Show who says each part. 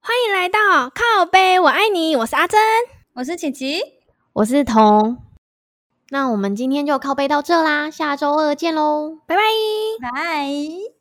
Speaker 1: 欢迎来到靠背，我爱你，我是阿珍。
Speaker 2: 我是琪琪，
Speaker 3: 我是彤。那我们今天就靠背到这啦，下周二见喽。
Speaker 1: 拜拜。
Speaker 2: 拜。